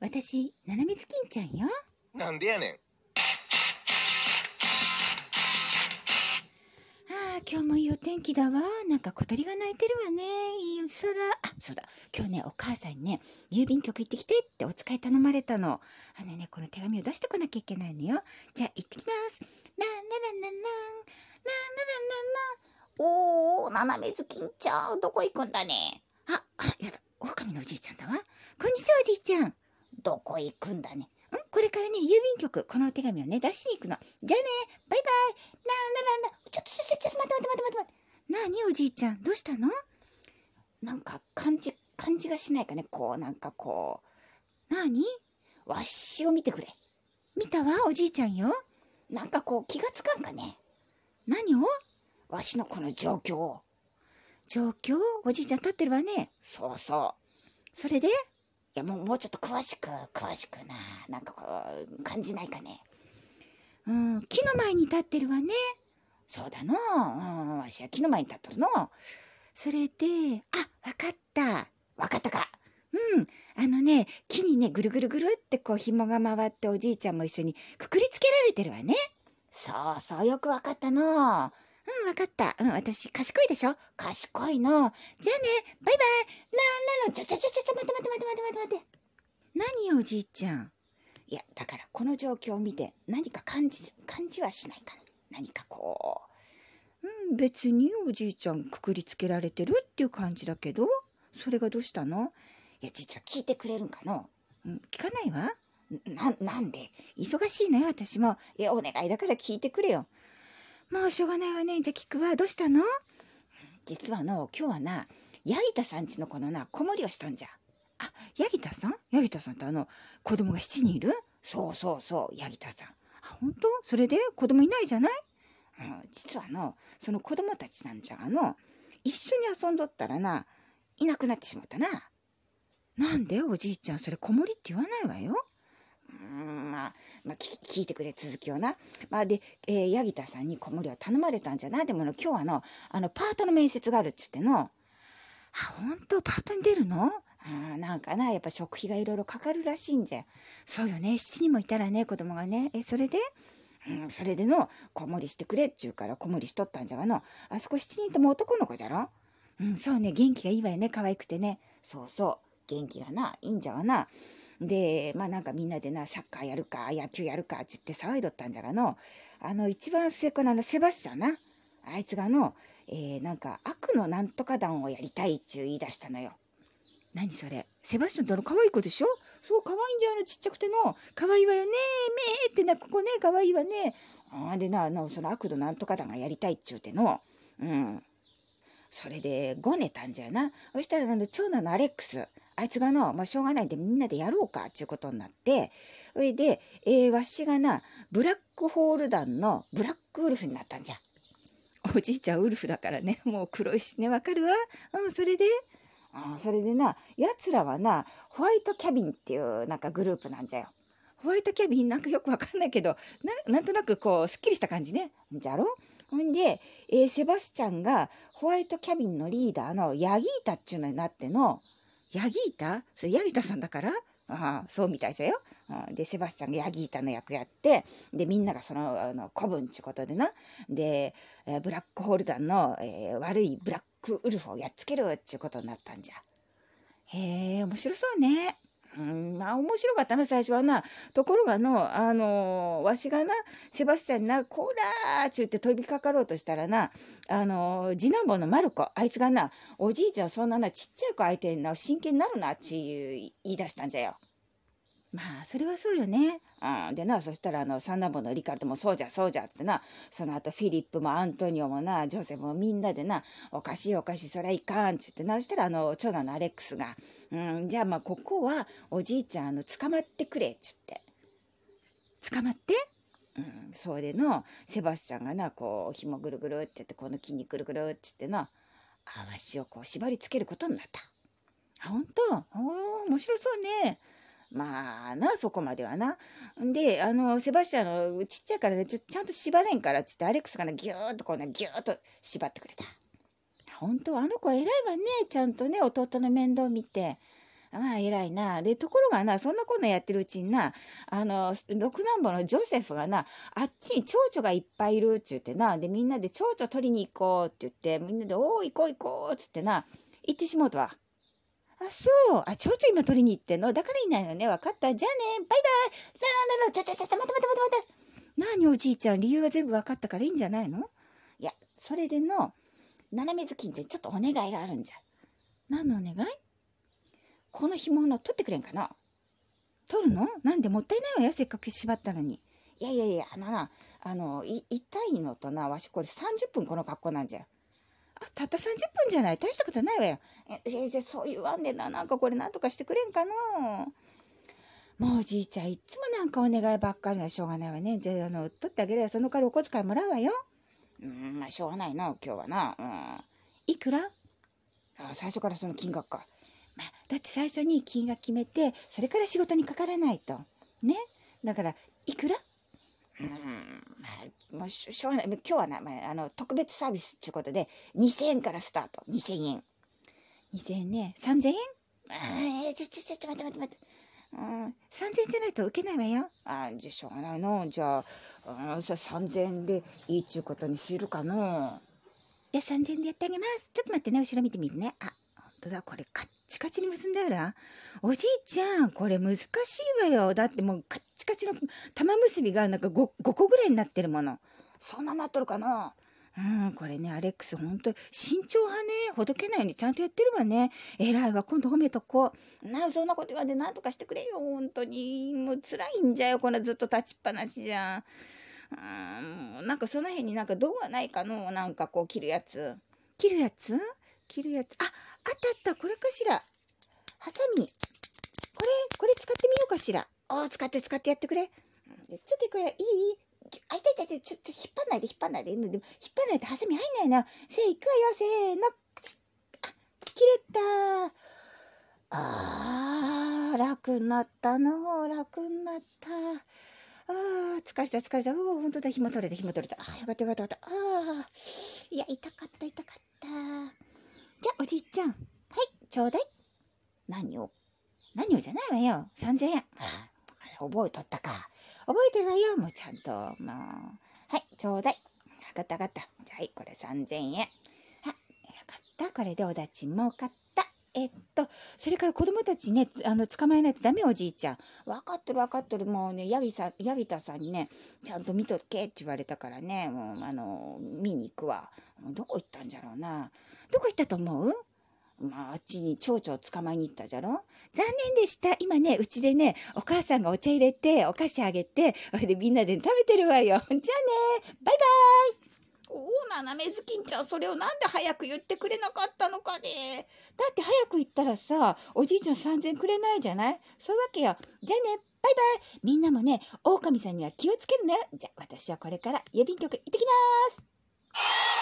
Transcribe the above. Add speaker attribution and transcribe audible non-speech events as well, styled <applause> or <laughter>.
Speaker 1: 私、ななみつきんちゃんよ。
Speaker 2: なんでやね
Speaker 1: あ
Speaker 2: ん。
Speaker 1: あ、今日もいいお天気だわ。なんか小鳥が鳴いてるわね。いい空。あ、そうだ。今日ね、お母さんにね、郵便局行ってきてってお使い頼まれたの。あのね、この手紙を出してこなきゃいけないのよ。じゃあ、行ってきます。ランランランラン。ランランランラン。おー、ななみずきんちゃん、どこ行くんだね。あ、あら、やだ。狼のおじいちゃんだわ。こんにちは、おじいちゃん。どこ行くんだね。んこれからね、郵便局、このお手紙をね、出しに行くの。じゃあね、バイバイ。なあなあなあなあちょっとちょっとちょっと待って待って待って待って待って。なあにおじいちゃん、どうしたのなんか感じ、感じがしないかね。こう、なんかこう。なあにわっしを見てくれ。見たわ、おじいちゃんよ。なんかこう気がつかんかね。何をわしのこの状況を。状況おじいちゃん立ってるわね。そうそう。それでいや、もう、もうちょっと詳しく、詳しくな。なんかこう、感じないかね。うん、木の前に立ってるわね。そうだの。うん、わしは木の前に立っとるの。それで、あ、わかった。わかったか。うん。あのね、木にね、ぐるぐるぐるってこう紐が回っておじいちゃんも一緒にくくりつけられてるわね。そうそう、よくわかったの。うん、わかった。うん、私、賢いでしょ賢いの。じゃあね、バイバイ。ランランラン。ちょちょちょちょ、ちょ待って待って待って待って待って待って。何よ、おじいちゃん。いや、だからこの状況を見て何か感じ、感じはしないかな。何かこう。うん、別におじいちゃんくくりつけられてるっていう感じだけど、それがどうしたのいや、実は聞いてくれるんかのうん、聞かないわ。な、なんで忙しいのよ、私も。いや、お願いだから聞いてくれよ。もうしょうがないわね。じゃあ聞くわ。どうしたの実はの、今日はな、ヤギタさんちのこのな、子守りをしとんじゃ。あ、ヤギタさんヤギタさんってあの、子供が7人いるそうそうそう、ヤギタさん。あ、本当それで子供いないじゃないうん、実はの、その子供たちなんじゃがの、一緒に遊んどったらな、いなくなってしまったな。なんでおじいちゃんそれ子守って言わないわよ。うーん、まあ、まあ、聞き聞いてくれ、続きをな。まあ、で、えー、ヤギタさんに子守を頼まれたんじゃな。でもの、今日はの、あの、パートの面接があるっつっての。あ、本当パートに出るのあーなんかな、やっぱ食費がいろいろかかるらしいんじゃ。そうよね、7人もいたらね、子供がね。え、それでうん、それでの、子守してくれっちゅうから子守しとったんじゃがの。あそこ7人とも男の子じゃろうん、そうね、元気がいいわよね、可愛くてね。そうそう、元気がな、いいんじゃがな。で、まあなんかみんなでな、サッカーやるか、野球やるか、って言って騒いどったんじゃがの。あの、一番末っ子のあの、セバスチャンな。あいつがの、えー、なんか悪のなんとか団をやりたいっちゅう言い出したのよ。何それセバスチャンってあの可愛い子でしょそう可愛いんじゃんあのちっちゃくての可愛いわよねめーってなここね可愛いわねあーでなあのその悪のなんとか団がやりたいっちゅうてのうんそれでごねたんじゃなそしたらあの長男のアレックスあいつがの、まあ、しょうがないんでみんなでやろうかっちゅうことになってそれで、えー、わしがなブラックホール団のブラックウルフになったんじゃおじいちゃんウルフだからねもう黒いしねわかるわうんそれでああそれでなやつらはなホワイトキャビンっていうなんかグループなんじゃよ。ホワイトキャビンなんかよくわかんないけどななんとなくこうすっきりした感じね。じゃろほんで、えーセバスチャンがホワイトキャビンのリーダーのヤギータっちゅうのになってのヤギータそれヤギータさんだからああそうみたいじゃよ。ああでセバスチャンがヤギータの役やってでみんながそのあの古文ちゅうことでなで、えーブラックホールダンの、えー悪いブラックウルフをやっつけるっちゅうことになったんじゃ。へえ、面白そうね。うん、まあ面白かったな、最初はな。ところがの、あのーわしがな、セバスチャンにな、こらーっちゅって飛びかかろうとしたらな、あのー次男坊のマルコ、あいつがな、おじいちゃんそんなな、ちっちゃい子相手にな、真剣になるな、っちゅう言い出したんじゃよ。まあ、それはそうよね。うん、でな、そしたらあの、三男坊のリカルトもそうじゃそうじゃってな、その後フィリップもアントニオもな、ジョセフもみんなでな、おかしいおかしい、そりゃいかんって言ってな、そしたらあの、長男のアレックスが、うん、じゃあまあここはおじいちゃん、あの、捕まってくれって言って。捕まってうん、それの、セバスチャンがな、こう、紐ぐるぐるって言って、この木にぐるぐるって言ってな、あわしをこう縛りつけることになった。あ、本当おー、面白そうね。まあな、そこまではな。んで、あの、セバスチャンのちっちゃいからね、ちょちゃんと縛れんからっつって、アレックスがね、ぎゅーっとこうね、ぎゅーっと縛ってくれた。本当あの子偉いわね、ちゃんとね、弟の面倒見て。まあ、偉いな。で、ところがな、そんなこんなやってるうちにな、あの、六男坊のジョセフがな、あっちに蝶々がいっぱいいるっちゅうてな、で、みんなで蝶々取りに行こうって言って、みんなで、おー、行こう行こうっつってな、行ってしもうとは。あ、そう。あ、蝶々今取りに行ってんの。だからいないのね。わかった。じゃあね。バイバイ。ラララ、ちょちょちょちょ、待って待って待って待って。何おじいちゃん、理由は全部わかったからいいんじゃないのいや、それでの、斜めずきんちゃん、ちょっとお願いがあるんじゃ。何のお願いこの干物取ってくれんかな取るのなんでもったいないわよ。せっかく縛ったのに。いやいやいや、あのな、あの、い痛いのとな、わしこれ30分この格好なんじゃ。あ、たった30分じゃない。大したことないわよ。え、えじゃあそう言わんでな。なんかこれなんとかしてくれんかのもうおじいちゃん、いっつもなんかお願いばっかりなしょうがないわね。じゃあ、あの、取ってあげるよ。その代わりお小遣いもらうわよ。うーん、まあ、しょうがないな、今日はな。うん。いくらあ、最初からその金額か。まあ、だって最初に金額決めて、それから仕事にかからないと。ね。だから、いくらうーん、まあ、もうしょしょうがない。今日はな、まあ、あの、特別サービスっていうことで、2000円からスタート。2000円。2000円ね。3000円あーちょ、ちょ、ちょ、ちょ、待って待って待って。うん、3000円じゃないと受けないわよ。あーじゃ、しょうがないの。じゃあ、うん、さ3000円でいいっちゅうことにするかの。じゃ、3000円でやってあげます。ちょっと待ってね。後ろ見てみるね。あ、ほんとだ。これ、カッチカチに結んだよな。おじいちゃん、これ難しいわよ。だってもう、カッチカチの玉結びがなんか 5, 5個ぐらいになってるもの。そんななっとるかの。うん、これね、アレックス、ほんと、慎重派ね、ほどけないようにちゃんとやってるわね。偉いわ、今度褒めとこう。な、そんなこと言わんで、なんとかしてくれよ、ほんとに。もう辛いんじゃよ、こんなずっと立ちっぱなしじゃん。うん、なんかその辺になんか道具はないかのなんかこう、切るやつ。切るやつ切るやつ。あ、あったあった、これかしら。ハサミ。これ、これ使ってみようかしら。おー、使って使ってやってくれ。うんでちょっとこれ、いいあいたいたいた、ちょ、ちょ、引っ張んないで、引っ張んないで。でも、引っ張んないとハサミ入んないな。せー、いくわよ、せーの。ちあ、切れたあー、楽になったの。楽になった。あー、疲れた、疲れた。おー、ほんとだ、紐取れた、紐取れた。あー、よかった、よかった、よかった。あー、いや、痛かった、痛かった。じゃあ、おじいちゃん。はい、ちょうだい。何を何をじゃないわよ。3000円。あ覚えとったか。覚えてるわよ、もうちゃんと。もう。はい、ちょうだい。わかったわかった。じゃあはい、これ3000円。あ、よかった。これでおだち儲かった。えっと、それから子供たちね、つあの、捕まえないとダメよおじいちゃん。わかってるわかってる。もうね、ヤギさん、ヤギタさんにね、ちゃんと見とけって言われたからね、もう、あの、見に行くわ。もうどこ行ったんじゃろうな。どこ行ったと思うまあ、あっちに蝶々を捕まえに行ったじゃろ残念でした。今ね、うちでね、お母さんがお茶入れて、お菓子あげて、それでみんなで食べてるわよ。 <laughs> じゃあね、バイバイ。おお、斜めずきんちゃん、それをなんで早く言ってくれなかったのかね。だって早く言ったらさ、おじいちゃん3000くれないじゃないそういうわけよ。じゃあね、バイバイ。みんなもね、狼さんには気をつけるね。じゃあ、私はこれから郵便局行ってきます。